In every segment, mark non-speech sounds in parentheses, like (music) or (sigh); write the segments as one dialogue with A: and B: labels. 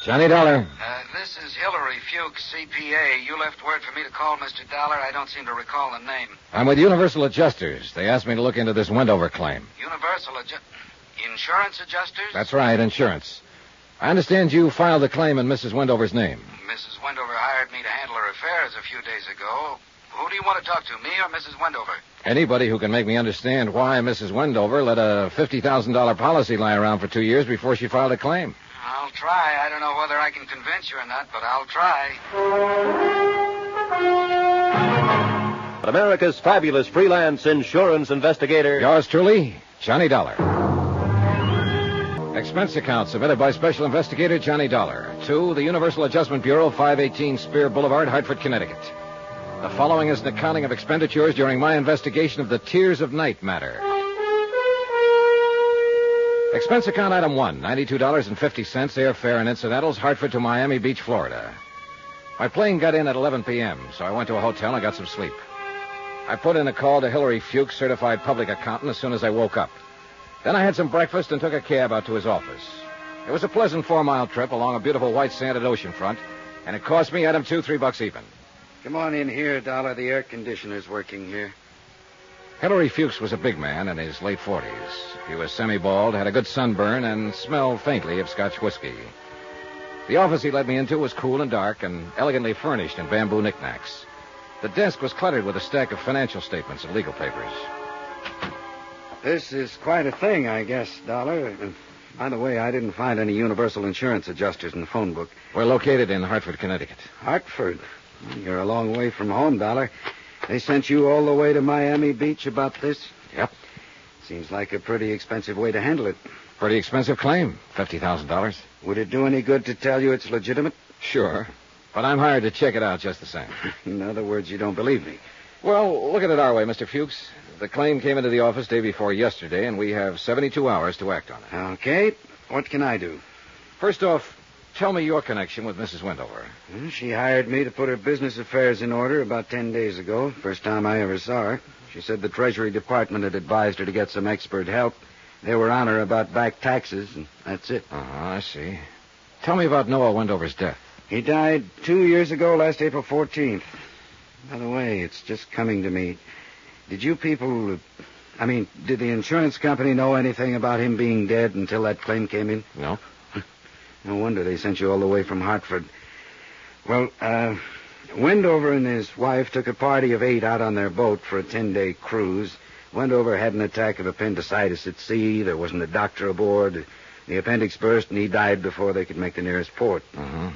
A: Johnny Dollar.
B: Uh, this is Hillary Fuchs, CPA. You left word for me to call Mr. Dollar. I don't seem to recall the name.
A: I'm with Universal Adjusters. They asked me to look into this Wendover claim.
B: Universal adjust... Insurance adjusters?
A: That's right, insurance. I understand you filed the claim in Mrs. Wendover's name.
B: Mrs. Wendover hired me to handle her affairs a few days ago. Who do you want to talk to, me or Mrs. Wendover?
A: Anybody who can make me understand why Mrs. Wendover let a $50,000 policy lie around for two years before she filed a claim.
B: I'll try. I don't know whether I can convince you or not, but I'll try.
C: But America's fabulous freelance insurance investigator.
A: Yours truly, Johnny Dollar. Expense account submitted by Special Investigator Johnny Dollar to the Universal Adjustment Bureau, 518 Spear Boulevard, Hartford, Connecticut. The following is an accounting of expenditures during my investigation of the Tears of Night matter. Expense account item one, $92.50, airfare and incidentals, Hartford to Miami Beach, Florida. My plane got in at 11 p.m., so I went to a hotel and got some sleep. I put in a call to Hillary Fuchs, certified public accountant, as soon as I woke up. Then I had some breakfast and took a cab out to his office. It was a pleasant four mile trip along a beautiful white sanded ocean front, and it cost me item two, three bucks even.
B: Come on in here, Dollar. The air conditioner's working here.
A: Hillary Fuchs was a big man in his late 40s. He was semi bald, had a good sunburn, and smelled faintly of Scotch whiskey. The office he led me into was cool and dark and elegantly furnished in bamboo knickknacks. The desk was cluttered with a stack of financial statements and legal papers.
B: This is quite a thing, I guess, Dollar. And by the way, I didn't find any universal insurance adjusters in the phone book.
A: We're located in Hartford, Connecticut.
B: Hartford. You're a long way from home, Dollar. They sent you all the way to Miami Beach about this?
A: Yep.
B: Seems like a pretty expensive way to handle it.
A: Pretty expensive claim, $50,000.
B: Would it do any good to tell you it's legitimate?
A: Sure. But I'm hired to check it out just the same.
B: In other words, you don't believe me.
A: (laughs) Well, look at it our way, Mr. Fuchs. The claim came into the office day before yesterday, and we have 72 hours to act on it.
B: Okay. What can I do?
A: First off, tell me your connection with Mrs. Wendover.
B: Well, She hired me to put her business affairs in order about ten days ago, first time I ever saw her. She said the Treasury Department had advised her to get some expert help. They were on her about back taxes, and that's it.
A: Uh huh, I see. Tell me about Noah Wendover's death.
B: He died two years ago, last April 14th. By the way, it's just coming to me. Did you people. I mean, did the insurance company know anything about him being dead until that claim came in?
A: No?
B: No wonder they sent you all the way from Hartford. Well, uh, Wendover and his wife took a party of eight out on their boat for a ten day cruise. Wendover had an attack of appendicitis at sea. There wasn't a doctor aboard. The appendix burst, and he died before they could make the nearest port.
A: Uh huh.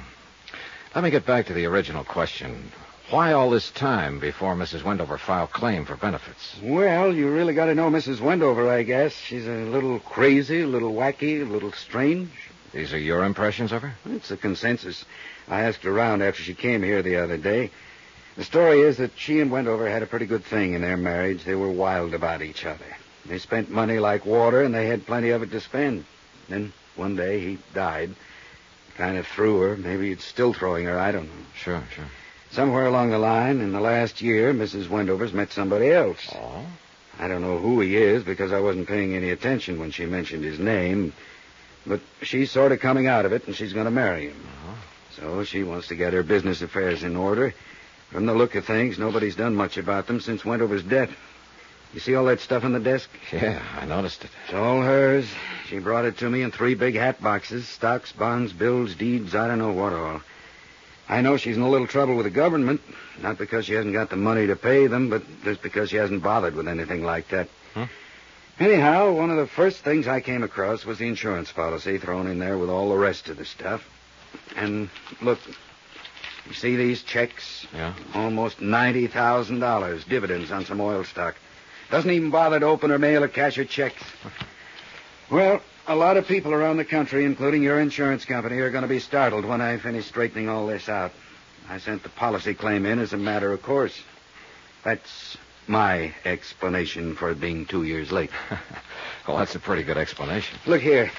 A: Let me get back to the original question. Why all this time before Mrs. Wendover filed claim for benefits?
B: Well, you really got to know Mrs. Wendover, I guess. She's a little crazy, a little wacky, a little strange.
A: These are your impressions of her?
B: It's a consensus. I asked around after she came here the other day. The story is that she and Wendover had a pretty good thing in their marriage. They were wild about each other. They spent money like water, and they had plenty of it to spend. Then one day he died. Kind of threw her. Maybe it's still throwing her. I don't know.
A: Sure, sure.
B: Somewhere along the line, in the last year, Mrs. Wendover's met somebody else.
A: Oh?
B: I don't know who he is because I wasn't paying any attention when she mentioned his name. But she's sort of coming out of it, and she's going to marry him. So she wants to get her business affairs in order. From the look of things, nobody's done much about them since Wendover's death. You see all that stuff on the desk?
A: Yeah, I noticed it.
B: It's all hers. She brought it to me in three big hat boxes stocks, bonds, bills, deeds, I don't know what all. I know she's in a little trouble with the government, not because she hasn't got the money to pay them, but just because she hasn't bothered with anything like that.
A: Huh?
B: Anyhow, one of the first things I came across was the insurance policy thrown in there with all the rest of the stuff. And look, you see these checks?
A: Yeah?
B: Almost $90,000 dividends on some oil stock. Doesn't even bother to open or mail or cash her checks. Well, a lot of people around the country, including your insurance company, are going to be startled when I finish straightening all this out. I sent the policy claim in as a matter of course. That's my explanation for it being two years late.
A: (laughs) Well, that's a pretty good explanation.
B: Look here.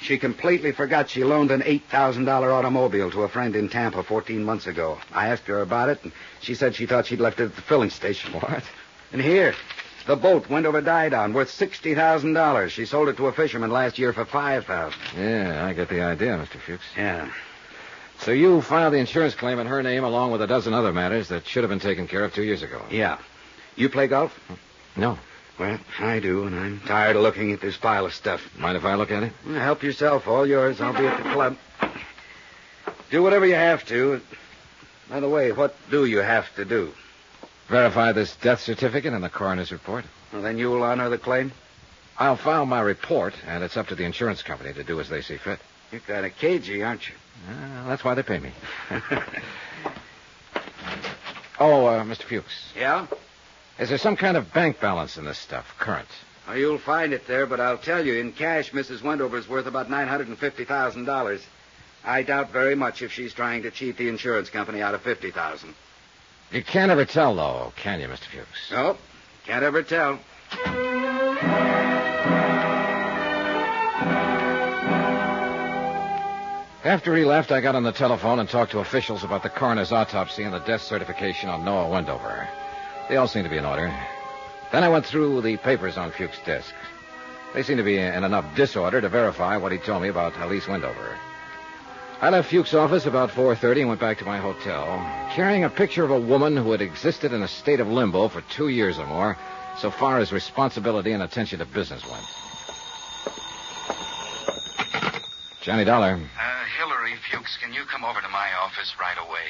B: She completely forgot she loaned an $8,000 automobile to a friend in Tampa 14 months ago. I asked her about it, and she said she thought she'd left it at the filling
A: (laughs)
B: station.
A: What?
B: And here, the boat went over died on, worth $60,000. She sold it to a fisherman last year for 5000
A: Yeah, I get the idea, Mr. Fuchs.
B: Yeah.
A: So you filed the insurance claim in her name along with a dozen other matters that should have been taken care of two years ago.
B: Yeah. You play golf?
A: No.
B: Well, I do, and I'm tired of looking at this pile of stuff.
A: Mind if I look at it?
B: Well, Help yourself. All yours. I'll be at the club. Do whatever you have to. By the way, what do you have to do?
A: Verify this death certificate and the coroner's report.
B: Well, then you'll honor the claim?
A: I'll file my report, and it's up to the insurance company to do as they see fit.
B: You're kind of cagey, aren't you?
A: Uh, that's why they pay me. (laughs) oh, uh, Mr. Fuchs,
B: Yeah?
A: is there some kind of bank balance in this stuff, current?
B: Oh, you'll find it there, but I'll tell you, in cash, Mrs. Wendover's worth about $950,000. I doubt very much if she's trying to cheat the insurance company out of 50000
A: You can't ever tell, though, can you, Mr. Fuchs?
D: Oh.
B: Nope. Can't ever tell.
A: After he left, I got on the telephone and talked to officials about the coroner's autopsy and the death certification on Noah Wendover. They all seemed to be in order. Then I went through the papers on Fuchs' desk. They seemed to be in enough disorder to verify what he told me about Elise Wendover. I left Fuchs' office about 4.30 and went back to my hotel, carrying a picture of a woman who had existed in a state of limbo for two years or more, so far as responsibility and attention to business went. Johnny Dollar,
D: Uh, Hillary Fuchs, can you come over to my office right away?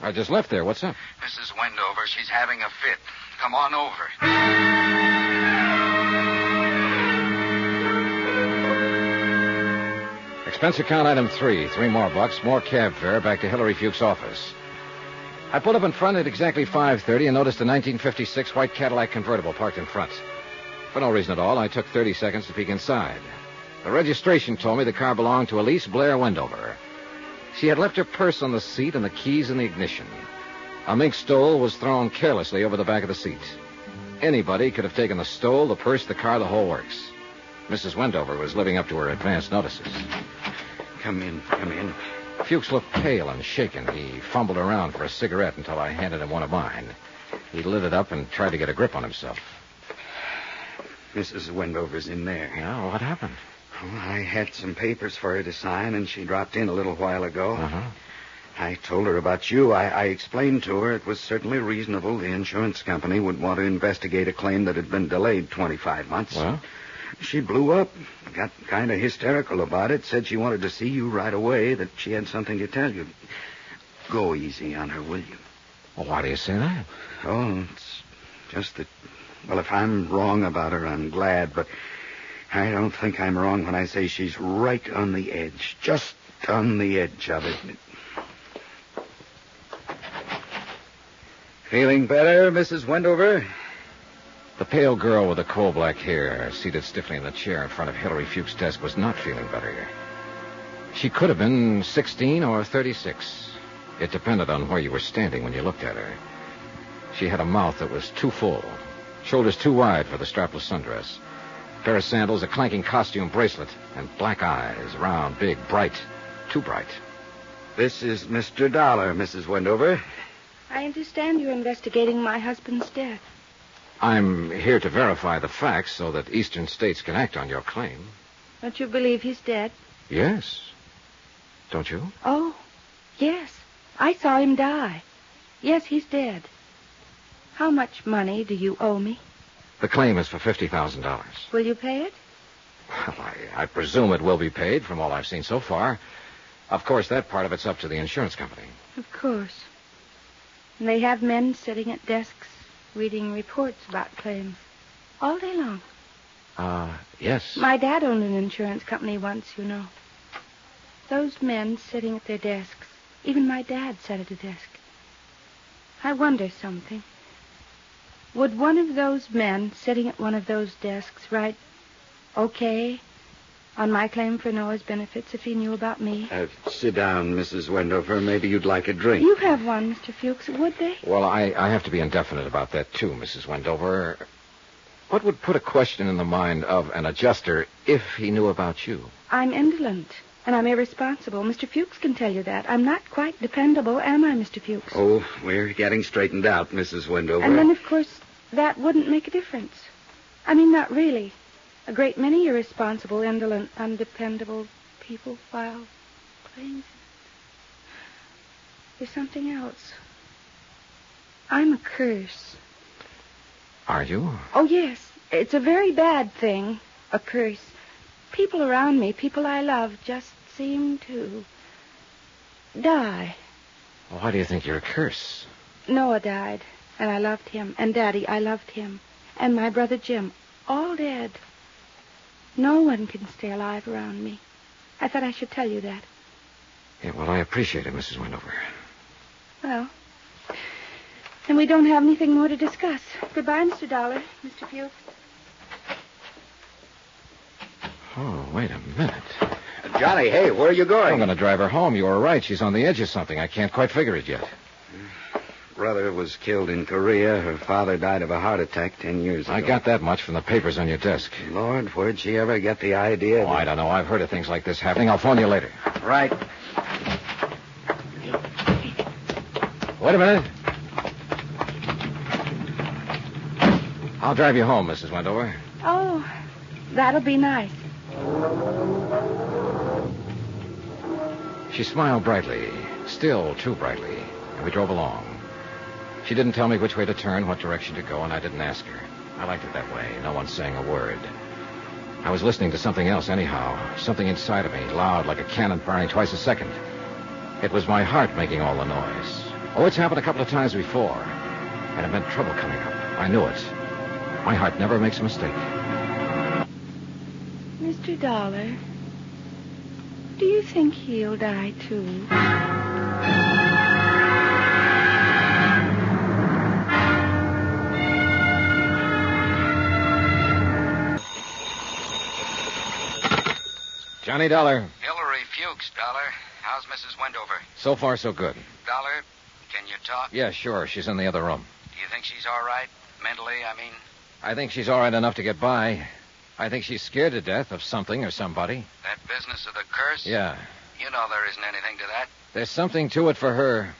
A: I just left there. What's up?
D: Mrs. Wendover, she's having a fit. Come on over.
A: Expense account item three. Three more bucks, more cab fare back to Hillary Fuchs' office. I pulled up in front at exactly 5.30 and noticed a 1956 white Cadillac convertible parked in front. For no reason at all, I took 30 seconds to peek inside. The registration told me the car belonged to Elise Blair Wendover. She had left her purse on the seat and the keys in the ignition. A mink stole was thrown carelessly over the back of the seat. Anybody could have taken the stole, the purse, the car, the whole works. Mrs. Wendover was living up to her advance notices.
B: Come in, come in.
A: Fuchs looked pale and shaken. He fumbled around for a cigarette until I handed him one of mine. He lit it up and tried to get a grip on himself.
B: Mrs. Wendover's in there.
A: Yeah, what happened?
B: Well, I had some papers for her to sign, and she dropped in a little while ago.
A: Uh-huh.
B: I told her about you. I, I explained to her it was certainly reasonable the insurance company would want to investigate a claim that had been delayed 25 months.
A: Well?
B: She blew up, got kind of hysterical about it, said she wanted to see you right away, that she had something to tell you. Go easy on her, will you?
A: Well, why do you say that?
B: Oh, it's just that. Well, if I'm wrong about her, I'm glad, but I don't think I'm wrong when I say she's right on the edge, just on the edge of it. Feeling better, Mrs. Wendover?
A: The pale girl with the coal black hair, seated stiffly in the chair in front of Hillary Fuchs' desk, was not feeling better. She could have been 16 or 36. It depended on where you were standing when you looked at her. She had a mouth that was too full, shoulders too wide for the strapless sundress, a pair of sandals, a clanking costume bracelet, and black eyes, round, big, bright, too bright.
B: This is Mr. Dollar, Mrs. Wendover.
E: I understand you're investigating my husband's death.
A: I'm here to verify the facts so that eastern states can act on your claim.
E: Don't you believe he's dead?
A: Yes. Don't you?
E: Oh, yes. I saw him die. Yes, he's dead. How much money do you owe me?
A: The claim is for fifty thousand dollars.
E: Will you pay it?
A: Well, I, I presume it will be paid from all I've seen so far. Of course, that part of it's up to the insurance company.
E: Of course. And they have men sitting at desks reading reports about claims all day long.
A: Uh, yes.
E: My dad owned an insurance company once, you know. Those men sitting at their desks. Even my dad sat at a desk. I wonder something. Would one of those men sitting at one of those desks write, okay, on my claim for Noah's benefits if he knew about me?
B: Uh, sit down, Mrs. Wendover. Maybe you'd like a drink.
E: You have one, Mr. Fuchs, would they?
A: Well, I, I have to be indefinite about that, too, Mrs. Wendover. What would put a question in the mind of an adjuster if he knew about you?
E: I'm indolent, and I'm irresponsible. Mr. Fuchs can tell you that. I'm not quite dependable, am I, Mr. Fuchs?
B: Oh, we're getting straightened out, Mrs. Wendover.
E: And then, of course, that wouldn't make a difference. I mean, not really. A great many irresponsible, indolent, undependable people file claims. There's something else. I'm a curse.
A: Are you?
E: Oh, yes. It's a very bad thing, a curse. People around me, people I love, just seem to die.
A: Why do you think you're a curse?
E: Noah died, and I loved him, and Daddy, I loved him, and my brother Jim, all dead. No one can stay alive around me. I thought I should tell you that.
A: Yeah, well, I appreciate it, Mrs. Wendover.
E: Well, then we don't have anything more to discuss. Goodbye, Mr. Dollar, Mr. Fuchs.
A: Oh, wait a minute.
B: Johnny, hey, where are you
A: I'm
B: going?
A: going to drive her home. You were right. She's on the edge of something. I can't quite figure it yet.
B: Brother was killed in Korea. Her father died of a heart attack ten years ago.
A: I got that much from the papers on your desk.
B: Lord, where'd she ever get the idea?
A: Oh, I don't know. I've heard of things like this happening. I'll phone you later.
B: that- Right.
A: Wait a minute. I'll drive you home, Mrs. Wendover.
E: Oh, that'll be nice.
A: She smiled brightly, still too brightly, and we drove along. She didn't tell me which way to turn, what direction to go, and I didn't ask her. I liked it that way, no one saying a word. I was listening to something else, anyhow, something inside of me, loud like a cannon firing twice a second. It was my heart making all the noise. Oh, it's happened a couple of times before, and it meant trouble coming up. I knew it. My heart never makes a mistake.
E: Mr. Dollar, do you think he'll die too?
A: Johnny Dollar,
D: Hillary Fuchs, Dollar. How's Mrs. Wendover?
A: so far so good.
D: Dollar, can you talk?
A: Yeah, sure, she's in the other room.
D: Do you think she's all right? Mentally, I mean.
A: I think she's all right enough to get by. I think she's scared to death of something or somebody.
D: That business of the curse?
A: Yeah.
D: You know there isn't anything to that.
A: There's something to it for her.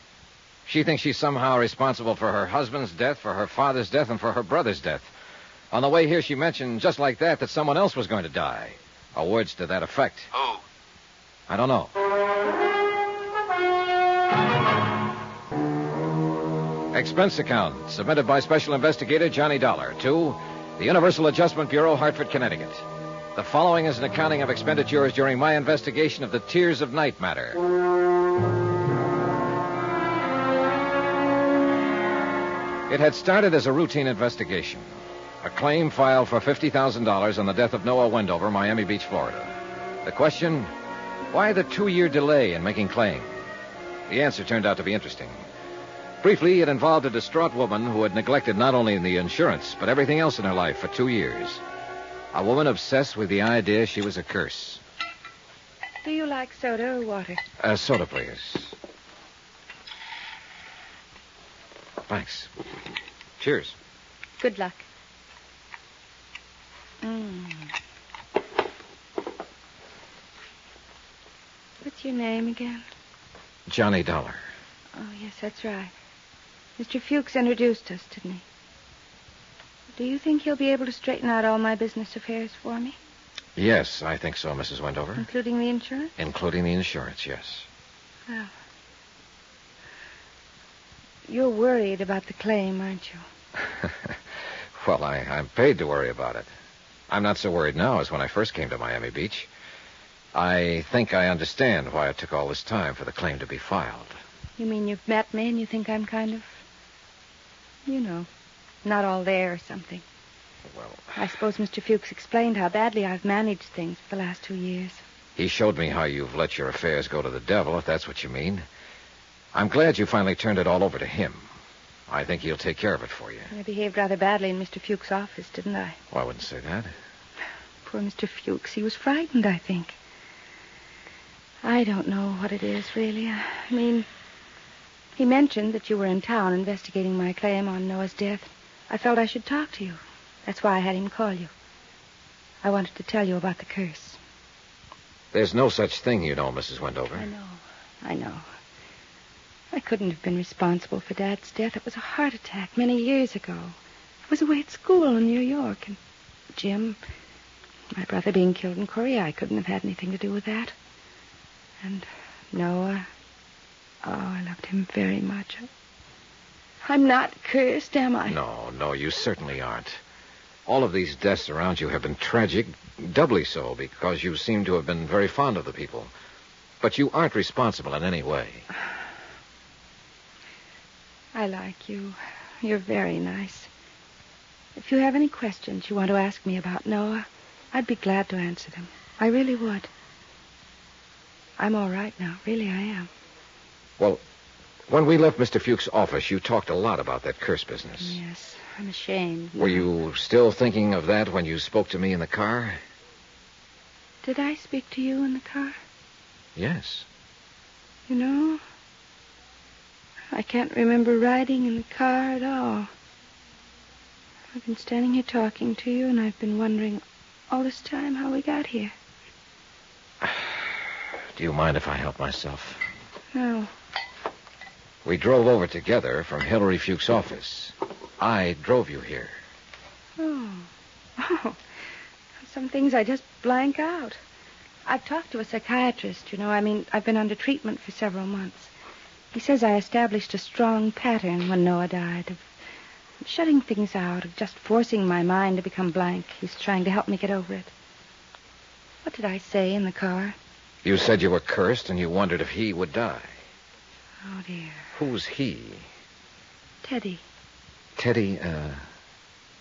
A: She thinks she's somehow responsible for her husband's death, for her father's death, and for her brother's death. On the way here, she mentioned, just like that, that someone else was going to die. Or words to that effect.
D: Who?
A: I don't know. Expense account submitted by Special Investigator Johnny Dollar to the Universal Adjustment Bureau, Hartford, Connecticut. The following is an accounting of expenditures during my investigation of the Tears of Night matter. It had started as a routine investigation. A claim filed for $50,000 on the death of Noah Wendover, Miami Beach, Florida. The question why the two year delay in making claim? The answer turned out to be interesting. Briefly, it involved a distraught woman who had neglected not only the insurance, but everything else in her life for two years. A woman obsessed with the idea she was a curse.
E: Do you like soda or water?
A: Uh, soda, please. Thanks. Cheers.
E: Good luck. Mm. What's your name again?
A: Johnny Dollar.
E: Oh, yes, that's right. Mr. Fuchs introduced us, didn't he? Do you think he'll be able to straighten out all my business affairs for me,
A: Yes, I think so, Mrs. Wendover.
E: including the insurance?
A: Including the insurance, yes. (laughs)
E: Well, you're worried about the claim, aren't you?
A: well, I, I'm paid to worry about it. I'm not so worried now as when I first came to Miami Beach. I think I understand why it took all this time for the claim to be filed.
E: You mean you've met me and you think I'm kind of, you know, not all there or something?
A: Well,
E: I suppose Mr. Fuchs explained how badly I've managed things for the last two years.
A: he showed me how you've let your affairs go to the devil, if that's what you mean. I'm glad you finally turned it all over to him. I think he'll take care of it for you.
E: I behaved rather badly in Mr. Fuchs' office, didn't I?
A: Well, I wouldn't say that.
E: Poor Mr. Fuchs. He was frightened, I think. I don't know what it is, really. I mean, he mentioned that you were in town investigating my claim on Noah's death. I felt I should talk to you. That's why I had him call you. I wanted to tell you about the curse.
A: There's no such thing, you know, Mrs. Wendover.
E: I know. I know. I couldn't have been responsible for Dad's death. It was a heart attack many years ago. I was away at school in New York, and Jim, my brother being killed in Korea, I couldn't have had anything to do with that. And Noah, Oh, I loved him very much. I'm not cursed, am I?
A: No, no, you certainly aren't. All of these deaths around you have been tragic, doubly so because you seem to have been very fond of the people. But you aren't responsible in any way.
E: I like you. You're very nice. If you have any questions you want to ask me about Noah, I'd be glad to answer them. I really would. I'm all right now. Really, I am.
A: Well, when we left Mr. Fuchs' office, you talked a lot about that curse business.
E: Yes, I'm ashamed.
A: Were you still thinking of that when you spoke to me in the car?
E: Did I speak to you in the car?
A: Yes.
E: You know, I can't remember riding in the car at all. I've been standing here talking to you, and I've been wondering all this time how we got here.
A: Do you mind if I help myself?
E: No,
A: We drove over together from Hillary Fuchs' office. I drove you here.
E: Oh. (laughs) Oh. Some things I just blank out. I've talked to a psychiatrist, you know. I mean, I've been under treatment for several months. He says I established a strong pattern when Noah died of shutting things out, of just forcing my mind to become blank. He's trying to help me get over it. What did I say in the car?
A: You said you were cursed and you wondered if he would die.
E: Oh, dear.
A: Who's he?
E: Teddy.
A: Teddy, uh,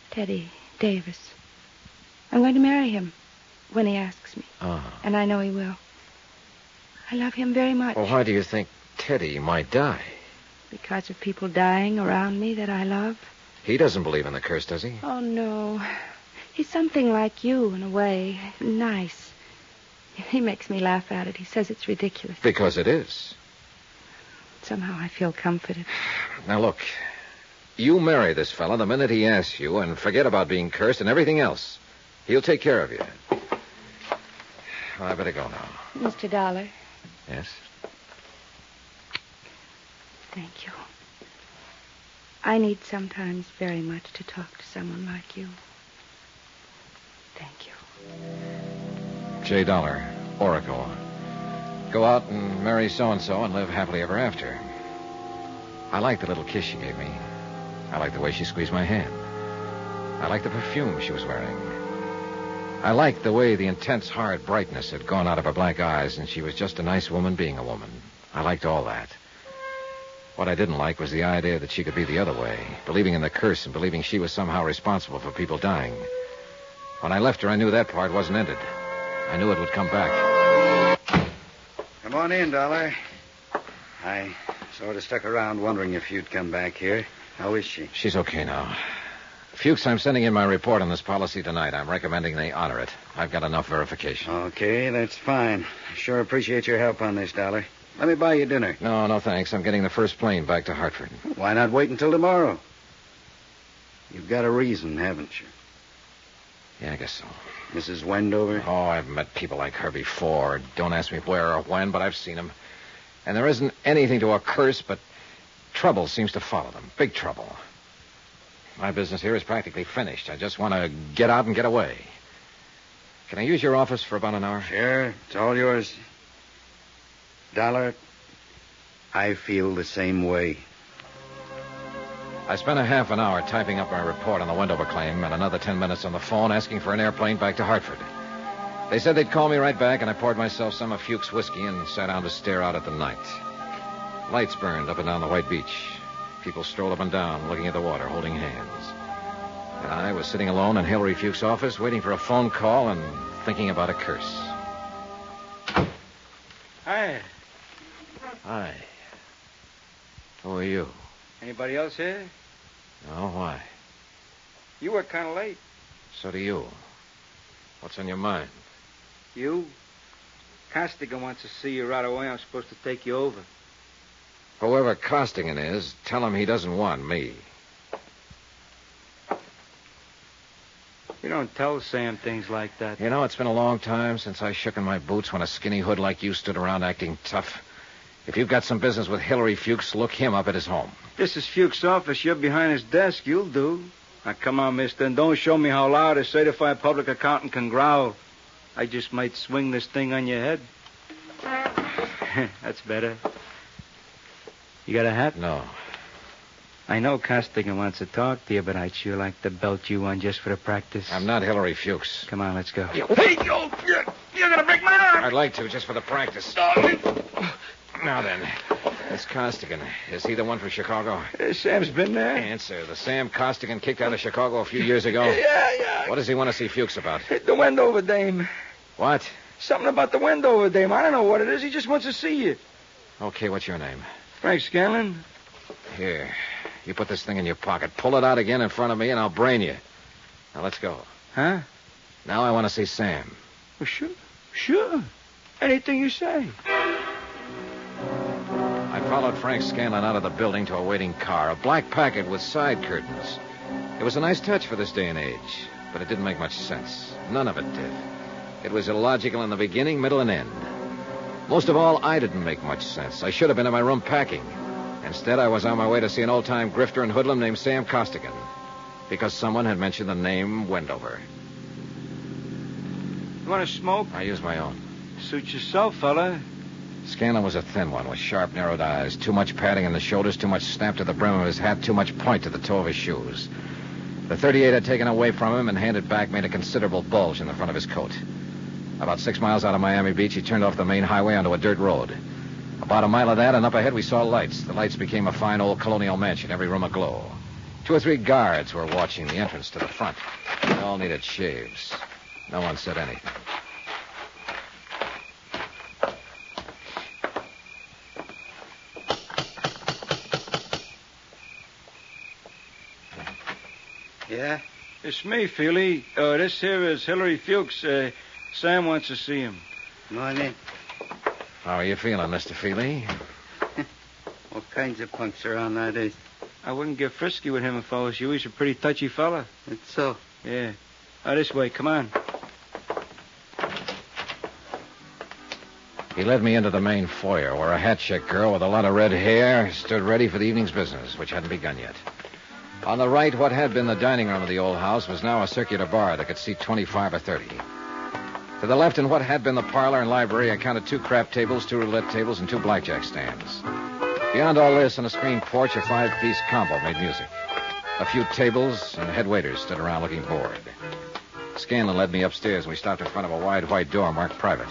E: Teddy Davis. I'm going to marry him when he asks me.
A: ah.
E: And I know he will. I love him very much.
A: Well, oh, why do you think Teddy might die?
E: Because of people dying around me that I love.
A: He doesn't believe in the curse, does he?
E: Oh, no. He's something like you in a way. Nice. He makes me laugh at it. He says it's ridiculous.
A: Because it is.
E: Somehow I feel comforted.
A: Now, look. You marry this fellow the minute he asks you and forget about being cursed and everything else. He'll take care of you. Well, I better go now.
E: Mr. Dollar,
A: Yes?
E: thank you. I need sometimes very much to talk to someone like you. Thank you.
A: J. Dollar, Oracle. Go out and marry so and so and live happily ever after. I like the little kiss she gave me. I like the way she squeezed my hand. I like the perfume she was wearing. I liked the way the intense, hard brightness had gone out of her black eyes, and she was just a nice woman being a woman. I liked all that. What I didn't like was the idea that she could be the other way, believing in the curse and believing she was somehow responsible for people dying. When I left her, I knew that part wasn't ended. I knew it would come back.
B: Come on in, Dollar. I sort of stuck around wondering if you'd come back here. How is she?
A: She's okay now. Fuchs, I'm sending in my report on this policy tonight. I'm recommending they honor it. I've got enough verification.
B: Okay, that's fine. I Sure appreciate your help on this, Dollar. Let me buy you dinner.
A: No, no thanks. I'm getting the first plane back to Hartford.
B: Why not wait until tomorrow? You've got a reason, haven't you?
A: Yeah, I guess so.
B: Mrs. Wendover?
A: Oh, I've met people like her before. Don't ask me where or when, but I've seen them. And there isn't anything to a curse, but trouble seems to follow them. Big trouble. My business here is practically finished. I just want to get out and get away. Can I use your office for about an hour?
B: Sure, it's all yours. Dollar, I feel the same way.
A: I spent a half an hour typing up my report on the Wendover claim and another ten minutes on the phone asking for an airplane back to Hartford. They said they'd call me right back, and I poured myself some of Fuchs' whiskey and sat down to stare out at the night. Lights burned up and down the white beach. People strolled up and down, looking at the water, holding hands. And I was sitting alone in Hillary Fuchs' office, waiting for a phone call and thinking about a curse.
F: Hi.
A: Hi. Who are you?
F: Anybody else here?
A: Oh, why?
F: You were kind of late.
A: So do you. What's on your mind?
F: You? Costigan wants to see you right away. I'm supposed to take you over.
A: Whoever Costigan is, tell him he doesn't want me.
F: You don't tell Sam things like that.
A: You know, it's been a long time since I shook in my boots when a skinny hood like you stood around acting tough. If you've got some business with Hillary Fuchs, look him up at his home.
F: This is Fuchs' office. You're behind his desk. You'll do. Now, come on, mister, and don't show me how loud a certified public accountant can growl. I just
B: (laughs)
F: might swing this thing on your head. That's better.
B: You got a hat?
A: No.
B: I know Costigan wants to talk to you, but I'd sure like to belt you one just for the practice.
A: I'm not Hillary Fuchs.
B: Come on, let's go.
A: Hey, yo, you're, you're gonna break my arm. I'd like to, just for the practice. Now then, this Costigan, is he the one from Chicago?
B: Uh, Sam's been there.
A: Answer, the Sam Costigan kicked out of Chicago a few years ago.
B: Yeah, yeah.
A: What does he want to see Fuchs about?
B: Hit the Wendover dame.
A: What?
B: Something about the Wendover dame. I don't know what it is. He just wants to see you.
A: Okay, what's your name?
B: Frank Scanlon.
A: Here, you put this thing in your pocket. Pull it out again in front of me, and I'll brain you. Now let's go.
B: Huh?
A: Now I want to see Sam.
B: Well, sure. Sure. Anything you say.
A: I followed Frank Scanlon out of the building to a waiting car, a black Packard with side curtains. It was a nice touch for this day and age, but it didn't make much sense. None of it did. It was illogical in the beginning, middle, and end. Most of all, I didn't make much sense. I should have been in my room packing. Instead, I was on my way to see an old time grifter and hoodlum named Sam Costigan because someone had mentioned the name Wendover.
B: You want to smoke?
A: I used my own.
B: Suit yourself, fella.
A: Scanlon was a thin one with sharp, narrowed eyes, too much padding in the shoulders, too much snap to the brim of his hat, too much point to the toe of his shoes. The 38 had taken away from him and handed back made a considerable bulge in the front of his coat. About six miles out of Miami Beach, he turned off the main highway onto a dirt road. About a mile of that, and up ahead we saw lights. The lights became a fine old colonial mansion, every room aglow. Two or three guards were watching the entrance to the front. They all needed shaves. No one said anything.
F: Yeah?
B: It's me, Feely. Uh, this here is Hillary Fuchs. Uh, Sam wants to see him.
F: Morning.
A: How are you feeling, Mr. Feely?
F: What kinds of punks are on nowadays?
B: I wouldn't get frisky with him if I was you. He's a pretty touchy fella.
F: It's so.
B: Yeah. Oh, this way. Come on.
A: He led me into the main foyer where a hat check girl with a lot of red hair stood ready for the evening's business, which hadn't begun yet. On the right, what had been the dining room of the old house was now a circular bar that could seat 25 or 30. To the left, in what had been the parlor and library, I counted two crap tables, two roulette tables, and two blackjack stands. Beyond all this, on a screened porch, a five piece combo made music. A few tables and head waiters stood around looking bored. Scanlon led me upstairs, and we stopped in front of a wide white door marked private.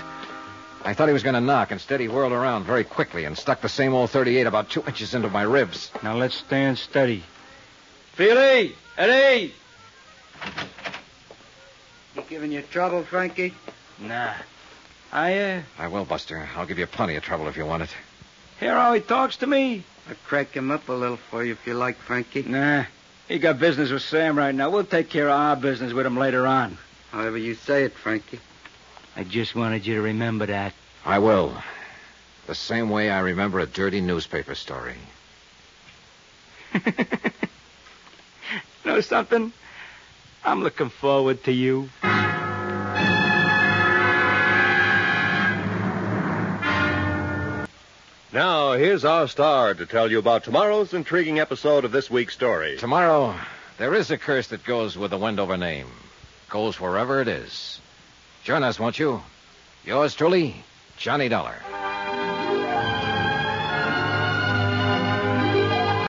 A: I thought he was going to knock. Instead, he whirled around very quickly and stuck the same old 38 about two inches into my ribs.
B: Now let's stand steady. Feely! Eddie!
F: You giving you trouble, Frankie?
B: Nah. I, uh,
A: I will, Buster. I'll give you plenty of trouble if you want it.
B: hear how he talks to me?
F: I'll crack him up a little for you if you like, Frankie.
B: Nah. He got business with Sam right now. We'll take care of our business with him later on.
F: However you say it, Frankie.
B: I just wanted you to remember that.
A: I will. The same way I remember a dirty newspaper story.
B: (laughs) know something? I'm looking forward to you.
G: Now, here's our star to tell you about tomorrow's intriguing episode of this week's story.
A: Tomorrow, there is a curse that goes with the Wendover name. Goes wherever it is. Join us, won't you? Yours truly, Johnny Dollar.